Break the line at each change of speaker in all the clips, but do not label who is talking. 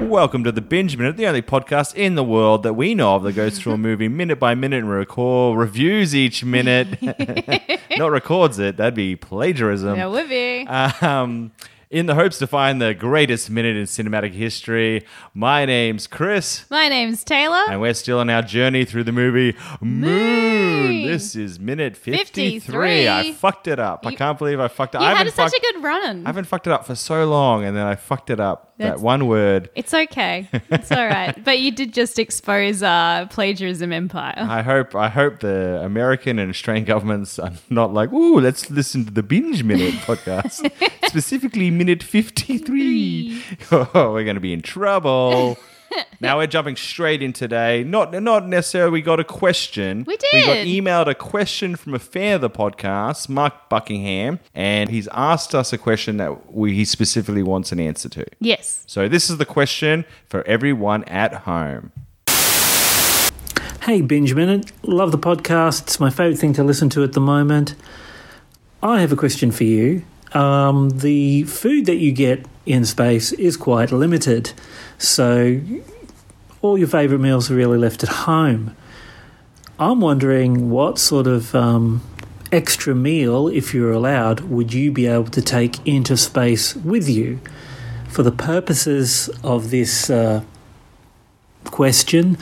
Welcome to the Binge Minute, the only podcast in the world that we know of that goes through a movie minute by minute and record reviews each minute. Not records it, that'd be plagiarism.
That would be.
Um, in the hopes to find the greatest minute in cinematic history, my name's Chris.
My name's Taylor.
And we're still on our journey through the movie Moon.
Moon.
This is minute 53.
53.
I fucked it up. I
You-
can't believe I fucked it up.
you
I
had
haven't
such
fucked-
a good run.
I haven't fucked it up for so long, and then I fucked it up.
That's-
that one word.
It's okay. It's all right. But you did just expose uh, plagiarism empire.
I hope I hope the American and Australian governments are not like, ooh, let's listen to the binge minute podcast, specifically minute fifty three. Oh, we're going to be in trouble. now we're jumping straight in today. Not not necessarily. We got a question.
We
We got
did.
emailed a question from a fan of the podcast, Mark Buckingham, and he's asked us a question that we, he specifically wants an answer to.
Yes.
So this is the question for everyone at home.
Hey, Binge Minute. Love the podcast. It's my favourite thing to listen to at the moment. I have a question for you. Um, the food that you get in space is quite limited, so all your favourite meals are really left at home. I'm wondering what sort of um, extra meal, if you're allowed, would you be able to take into space with you? For the purposes of this uh, question,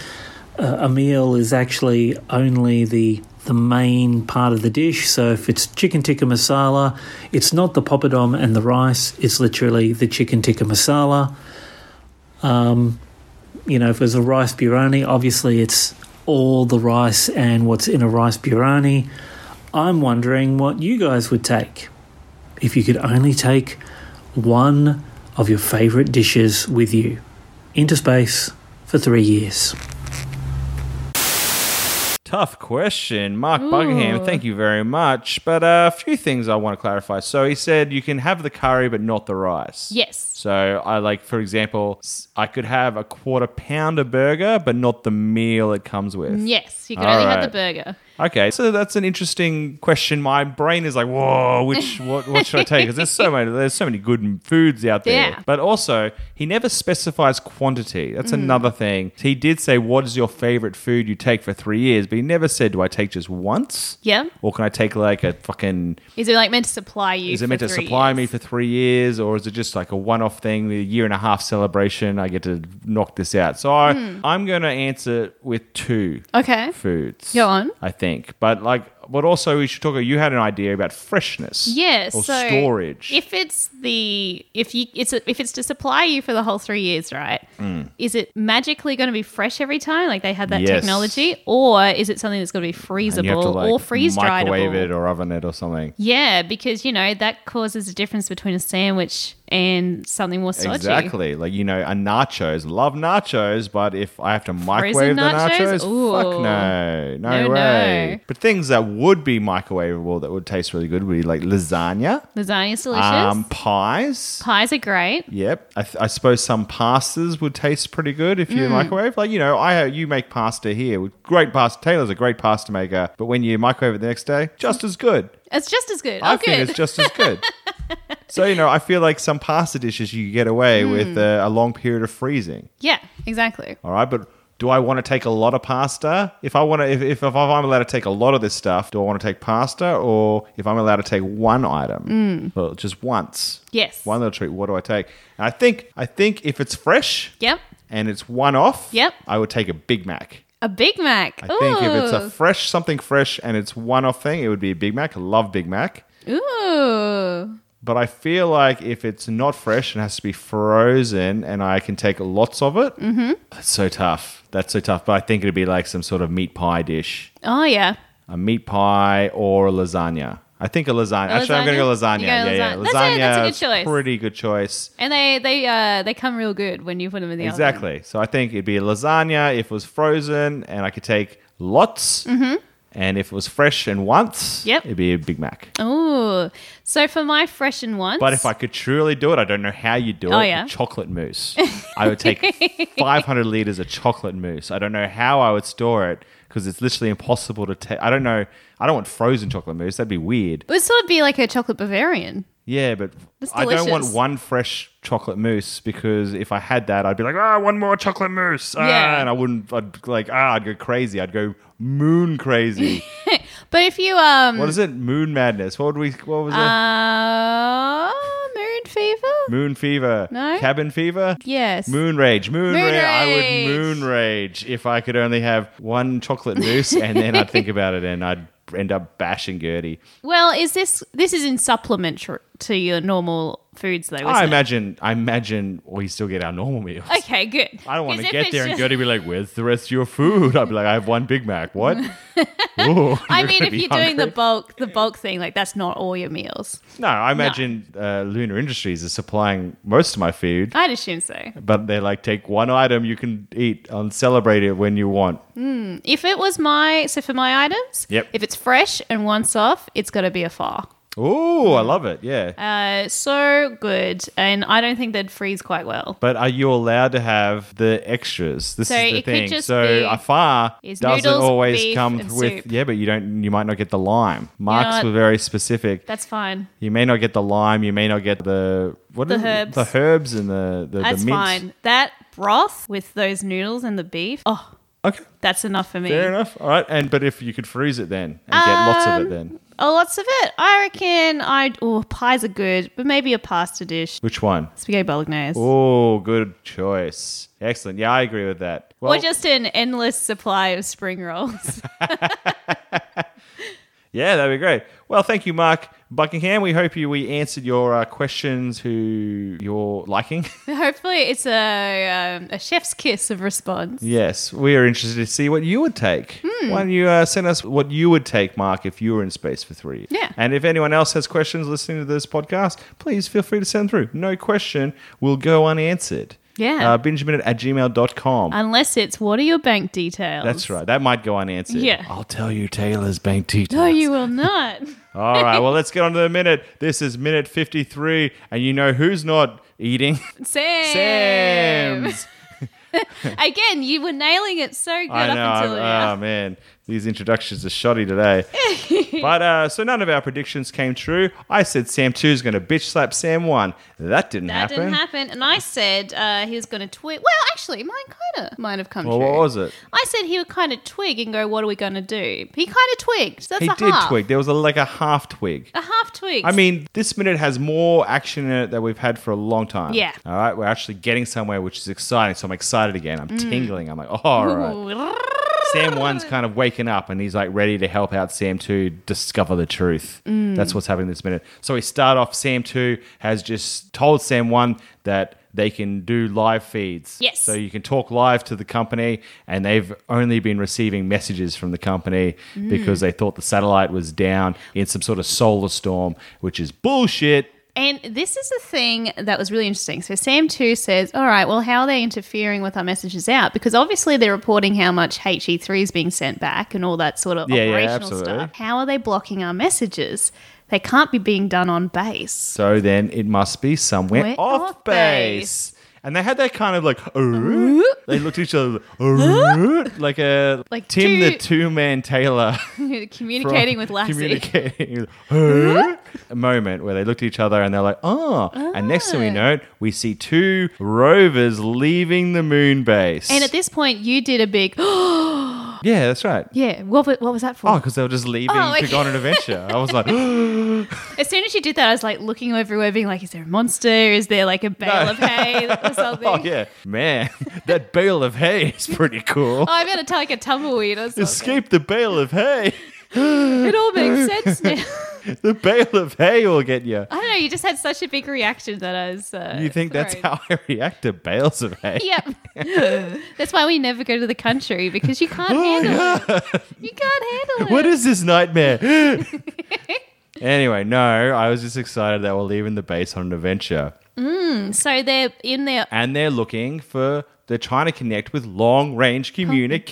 uh, a meal is actually only the the main part of the dish. So if it's chicken tikka masala, it's not the papadom and the rice. It's literally the chicken tikka masala. Um, you know, if it's a rice biryani, obviously it's all the rice and what's in a rice biryani. I'm wondering what you guys would take if you could only take one of your favorite dishes with you into space for three years.
Tough question, Mark
Ooh.
Buckingham. Thank you very much. But uh, a few things I want to clarify. So he said you can have the curry, but not the rice.
Yes.
So I like, for example, s- I could have a quarter pounder burger, but not the meal it comes with.
Yes. You could
All
only have
right.
the burger.
Okay, so that's an interesting question. My brain is like, whoa, which what, what should I take? Because there's so many there's so many good foods out there.
Yeah. Mm.
But also, he never specifies quantity. That's another thing. He did say, "What is your favorite food you take for three years?" But he never said, "Do I take just once?"
Yeah.
Or can I take like a fucking?
Is it like meant to supply you?
Is
for
it meant to
three
supply me
years?
for three years, or is it just like a one-off thing, a year and a half celebration? I get to knock this out. So I,
Hmm.
I'm going to answer with two
Okay.
foods.
Go on.
I think, but like, but also we should talk. You had an idea about freshness.
Yes.
Or
so
storage.
If it's the if you it's a, if it's to supply you for the whole three years, right? Is it magically going to be fresh every time, like they had that
Hmm. Yes.
technology, or is it something that's going to be freezable
And you have to, like,
or freeze
microwave
dryable?
it or oven it or something.
yeah, because you know that causes a difference between a sandwich and something more stodgy.
Exactly. Like, you know, a nachos. Love nachos, but if I have to microwave the nachos,
nachos?
fuck
Ooh.
no. No,
No,
way.
no.
But things that would be microwavable that would taste really good would be like lasagna,
Lasagna's delicious.
um, pies.
Pies are great.
Yep, I, th- I suppose some pastas would taste pretty good if you
Hmm.
microwave. Like you know, I uh, you make pasta here, with great pasta. Taylor's a great pasta maker, but when you microwave it the next day, just as good.
It's just as good.
I
oh,
think
good.
it's just as good. so you know, I feel like some pasta dishes you get away
Hmm.
with uh, a long period of freezing.
yeah, exactly.
All right, but do I want to take a lot of pasta? If I want to, if, if, if I'm allowed to take a lot of this stuff, do I want to take pasta or if I'm allowed to take one item,
Hmm.
well, just once?
Yes.
One little treat. What do I take? And I think, I think if it's fresh,
Yep.
and it's one off,
Yep.
I would take a Big Mac.
A Big Mac.
I think if it's a
Ooh.
fresh something fresh and it's one off thing, it would be a Big Mac. I love Big Mac.
Ooh.
But I feel like if it's not fresh and has to be frozen and I can take lots of it, mm-hmm. that's so tough. That's so tough. But I think it'd be like some sort of meat pie dish
Oh yeah.
a meat pie or a lasagna. I think a lasagna.
A
Actually, I'm going to go lasagna.
lasagna? You go
yeah, yeah.
lasagna. That's a- that's a good
is
choice.
Pretty good choice.
And they they uh they come real good when you put them in the oven.
Exactly. So I think it'd be a lasagna if it was frozen and I could take lots. And if it was fresh and once,
Mm-hmm. Yep.
it'd be a Big Mac.
Ooh. So for my fresh and once.
But if I could truly do it, I don't know how you do
Oh,
it.
yeah.
Chocolate mousse. I would take 500 liters of chocolate mousse. I don't know how I would store it because it's literally impossible to take. I don't know. I don't want frozen chocolate mousse. That'd be weird.
It would sort of be like a chocolate Bavarian.
Yeah, but
That's
I don't want
delicious.
one fresh chocolate mousse because if I had that, I'd be like, ah, one more chocolate mousse. Ah,
Yeah.
And I wouldn't, I'd like, ah, I'd go crazy. I'd go moon crazy.
But if you um
what is it? Moon madness. What would we, what was it?
uh, moon fever,
Moon fever.
No?
Cabin fever?
yes,
Moon rage. Moon,
Moon
rage. I
rage.
would moon rage if I could only have one chocolate mousse and then I'd think about it and I'd end up bashing Gertie.
Well, is this this is in supplement tr- to your normal foods though? Isn't
I
it?
imagine, I imagine we still get our normal meals.
Okay, good.
I don't want
'Cause
to
if
get
it's
there and
just-
go to be like, "Where's the rest of your food?" I'd be like, "I have one Big Mac." What? Ooh,
I
you're
mean,
gonna
if
be
you're doing the
hungry?
bulk, the bulk thing, like that's not all your meals.
no, I imagine Uh, Lunar Industries is supplying most of my food,
I'd assume so.
but they like take one item you can eat and celebrate it when you want.
If it was my so for my items,
Yep.
If it's fresh and once off, it's got to be a far.
Ooh, I love it. Yeah,
Uh, so good, and I don't think they'd freeze quite well.
but are you allowed to have the extras? This
So
is the
it could
thing.
just
so
be-
a far
is
doesn't
noodles,
always
beef,
come
and
with
soup.
yeah, but you don't. You might not get the lime. Marks
not-
were very specific.
That's fine.
You may not get the lime. You may not get the what
The
is it?
herbs.
the herbs and the the,
That's
the mints.
fine. That broth with those noodles and the beef. Oh,
Okay,
that's enough for me.
fair enough. All right, and but if you could freeze it then and get lots of it
Um,
then,
Oh, lots of it. I reckon I. Oh, pies are good, but maybe a pasta dish,
which one?
spaghetti bolognese,
Oh, good choice. Excellent. Yeah, I agree with that. Well,
or just an endless supply of spring rolls.
yeah, that'd be great. Well, thank you, Mark Buckingham. We hope you we answered your uh, questions to your liking.
Hopefully, it's a um, a chef's kiss of response.
yes, we are interested to see what you would take.
Hmm.
Why don't you uh, send us what you would take, Mark, if you were in space for three?
Yeah.
And if anyone else has questions listening to this podcast, please feel free to send through. No question will go unanswered.
Yeah. Uh,
Uh, Benjamin at gmail.com.
Unless it's what are your bank details?
That's right. That might go unanswered.
Yeah.
I'll tell you Taylor's bank details.
No, you will not.
All right. Well, let's get on to the minute. This is minute 53, and you know who's not eating?
Sam.
Sam's.
Again, you were nailing it so good
I know.
up until
I'm-
now.
oh man, these introductions are shoddy today. but uh, so none of our predictions came true. I said Sam two is going to bitch slap Sam one. That didn't
that
happen.
didn't happen. And I said uh, he was going to twig. Well, actually, mine kind of might have come
Well,
true.
what was it?
I said he would kind of twig and go, "What are we going to do?" He kind of twigged. So that's
He
a
did
half.
twig. There was a, like a half twig.
A half twig.
I mean, this minute has more action in it than we've had for a long time.
Yeah.
All right, we're actually getting somewhere, which is exciting. So I'm excited again. I'm
Mm.
tingling. I'm like, oh, all right. Sam one's kind of waking up and he's like ready to help out Sam two discover the truth. That's what's happening this minute. So we start off. Sam two has just told Sam one that they can do live feeds.
Yes.
So you can talk live to the company, and they've only been receiving messages from the company because they thought the satellite was down in some sort of solar storm, which is bullshit.
And this is the thing that was really interesting. So Sam two says, "All right, well, how are they interfering with our messages out? Because obviously they're reporting how much HE three is being sent back and all that sort of
Yeah, yeah,
operational
absolutely.
stuff. How are they blocking our messages? They can't be being done on base.
So then it must be somewhere
We're
off,
off Uh-huh.
base. And they had that kind of like, "Uh," they looked at each other "Uh," like a
Like
Tim the
two-
two man Taylor from-
communicating with Lassie. Uh-huh.
communicating with- "Uh," a moment where they looked at each other and they're like, oh. And next thing we
Ah.
know, it, we see two rovers leaving the moon base.
And at this point, you did a big,
yeah, that's right.
yeah. What, wa- what was that for?
Oh, because they were just leaving
Oh,
to
okay.
go on an adventure. I was like, oh,
As soon as you did that, I was like looking everywhere, being like, "Is there a monster? Is there like a bale
No.
of hay or something?"
oh yeah, man, that bale of hay is pretty cool.
Oh, I better take like a tumbleweed or something.
Escape the bale of hay.
It all makes sense now.
The bale of hay will get you.
I don't know. You just had such a big reaction that I was. Uh,
You think that's
thrown.
how I react to bales of hay?
Yep. that's why we never go to the country because you
Oh,
can't handle it. You can't handle
What
it.
is this nightmare? anyway, no, I was just excited that we're leaving the base on an adventure.
so they're in their
And they're looking for, they're trying to connect with long range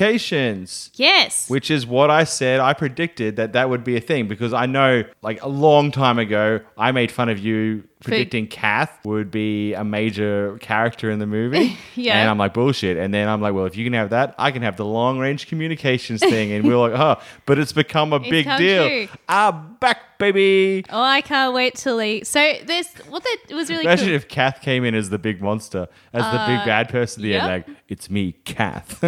communications.
yes.
Which is what I said. I predicted that that would be a thing because I know, like a long time ago, I made fun of you predicting Kath would be a major character in the movie.
Yeah.
And I'm like, bullshit. And then I'm like, well, if you can have that, I can have the long range communications thing. And we we're like, oh, but it's become a big
come
deal.
true.
I'm back, baby.
Oh, I can't wait till he. So there's what that was really
Imagine
cool.
if Kath came in as the big monster, as the
Uh,
big bad person at the end,
yep.
like, it's me, Kath.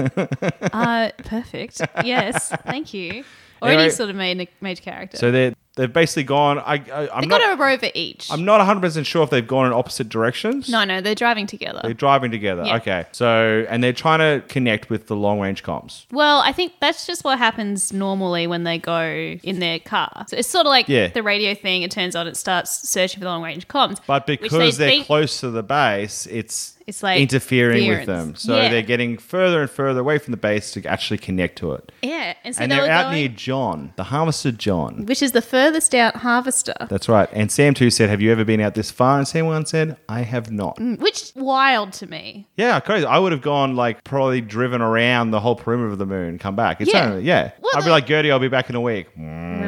Uh, perfect. Yes, thank you. Already
Anyway.
sort of made a major character.
so they're, they've basically gone, I, I, I'm,
they
not,
got a rover each.
I'm not 100% sure if they've gone in opposite directions.
no, no, they're driving together.
They're driving together.
Yeah.
Okay. So, and they're trying to connect with the long range comms.
well, I think that's just what happens normally when they go in their car. So it's sort of like
Yeah.
the radio thing. It turns on, it starts searching for the long range comms.
But
which they
because they are
think-
close to the base, it's
It's like
interfering with
interference.
them. So
Yeah.
they're getting further and further away from the base to actually connect to it.
yeah, and so
and
they
they're
were
out
going-
near John, the harvester John.
which is the furthest out harvester.
That's right. And Sam too said, "Have you ever been out this far?" And Sam one said, "I have not."
Which is wild to me.
Yeah, crazy. I would have gone like probably driven around the whole perimeter of the moon, come back. It's
Yeah.
only- yeah.
Well,
I'd be
the-
like, "Gertie, I'll be back in a week."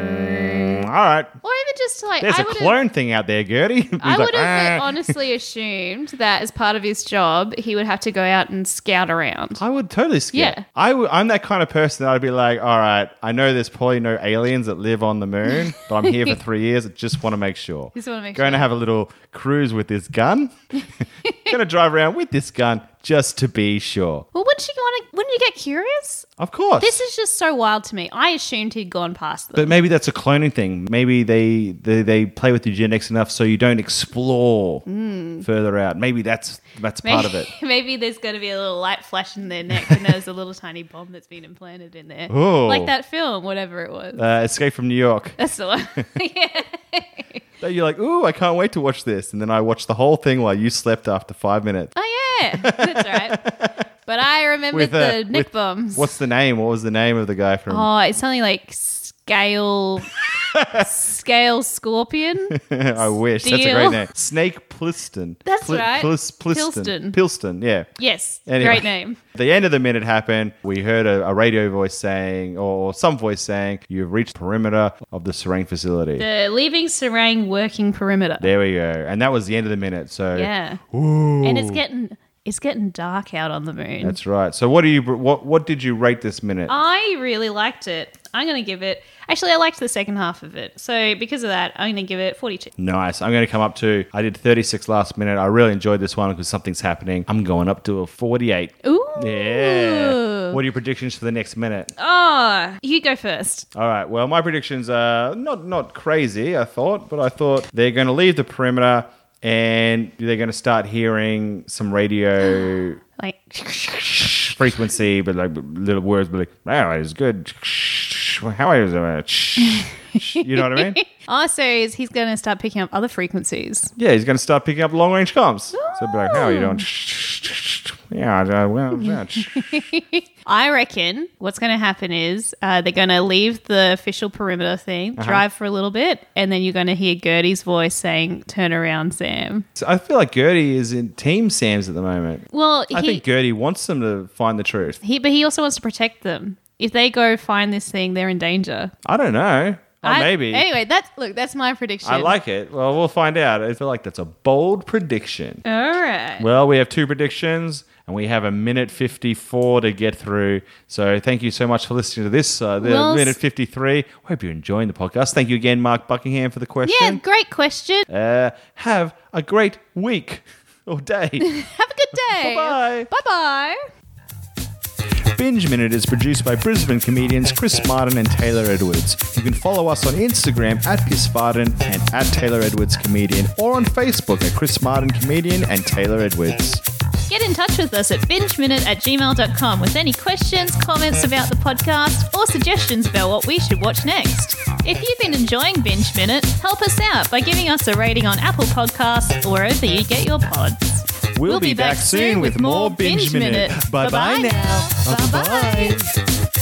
Mm, all right.
Or even just like
There's
I
a
would've-
clone thing out there, Gertie. He's
I
like,
would have
"Ah."
honestly assumed that as part of his job, he would have to go out and scout around.
I would totally skip.
Yeah.
I w- I'm that kind of person that I'd be like, all right, I know there's probably no aliens that live on the moon, but I'm here for three years. I just want to make sure.
Just wanna make
Going to
sure.
have a little cruise with this gun. Going to drive around with this gun just to be sure.
Well, wouldn't you want to? Wouldn't you get curious?
Of course.
This is just so wild to me. I assumed he'd gone past them.
but maybe that's a cloning thing. Maybe they, they, they play with your genetics enough so you don't explore
Hmm.
further out. Maybe that's that's part of it.
Maybe there's going to be a little light flash in their neck, and there's a little tiny bomb that's been implanted in there,
Oh.
like that film, whatever it was.
Uh, Escape from New York.
That's the one. yeah.
You're like, ooh, I can't wait to watch this. And then I watched the whole thing while you slept after five minutes.
Oh yeah, that's right. But I remembered
uh,
the neck
with-
bombs.
What's the name? What was the name of the guy from?
Oh, it's something like scale, scale scorpion.
I wish that's a
Steel.
great name. Snake Pliston.
That's right.
Plis,
Pilston.
Pliston. Pilston. Yeah.
Yes,
Anyway.
great name.
The end of the minute happened. We heard a, a radio voice saying, or some voice saying, "You've reached perimeter of the Serang facility."
The leaving Serang working perimeter.
there we go. And that was the end of the minute. So
Yeah,
Ooh.
and it's getting it's getting dark out on the moon.
That's right. So what do you what what did you rate this minute?
I really liked it. I'm going to give it. Actually, I liked the second half of it. So because of that, I'm going to give it 42.
Nice. I'm going to come up to. I did 36 last minute. I really enjoyed this one because something's happening. I'm going up to a 48.
Ooh.
Yeah. What are your predictions for the next minute?
Oh, you go first.
All right. Well, my predictions are not not crazy. I thought, but I thought they're going to leave the perimeter and they're going to start hearing some radio
Like,
frequency, but like little words, but like wow, it's good. How is it? You know what I mean?
also, is he's going to start picking up other frequencies?
Yeah, he's going to start picking up long range comms. So be like, how are you doing?
Oh.
Yeah, I- I- well, yeah.
I reckon what's going to happen is uh, they're going to leave the official perimeter thing,
Uh-huh.
drive for a little bit, and then you're going to hear Gertie's voice saying, "Turn around, Sam."
So I feel like Gertie is in Team Sam's at the moment.
Well, he,
I think Gertie wants them to find the truth.
he, but he also wants to protect them. If they go find this thing, they're in danger.
I don't know. Or
I-
maybe.
Anyway, that's look. That's my prediction.
I like it. Well, we'll find out. I feel like that's a bold prediction.
All right.
Well, we have two predictions and we have a minute 54 to get through. So thank you so much for listening to this. Uh, the
Well, s-
minute 53. Hope you're enjoying the podcast. Thank you again, Mark Buckingham, for the question.
yeah, great question.
Uh, have a great week or day.
Have a good day.
Bye-bye.
Bye bye.
Binge Minute is produced by Brisbane comedians Chris Martin and Taylor Edwards. You can follow us on Instagram at Chris Martin and at Taylor Edwards Comedian or on Facebook at Chris Martin Comedian and Taylor Edwards.
Get in touch with us at bingeminute at gmail.com with any questions, comments about the podcast, or suggestions about what we should watch next. If you've been enjoying Binge Minute, help us out by giving us a rating on Apple Podcasts or wherever you get your pods.
We'll, be, back, soon with more Binge Minute. Bye bye now.
Bye bye.
Bye-bye.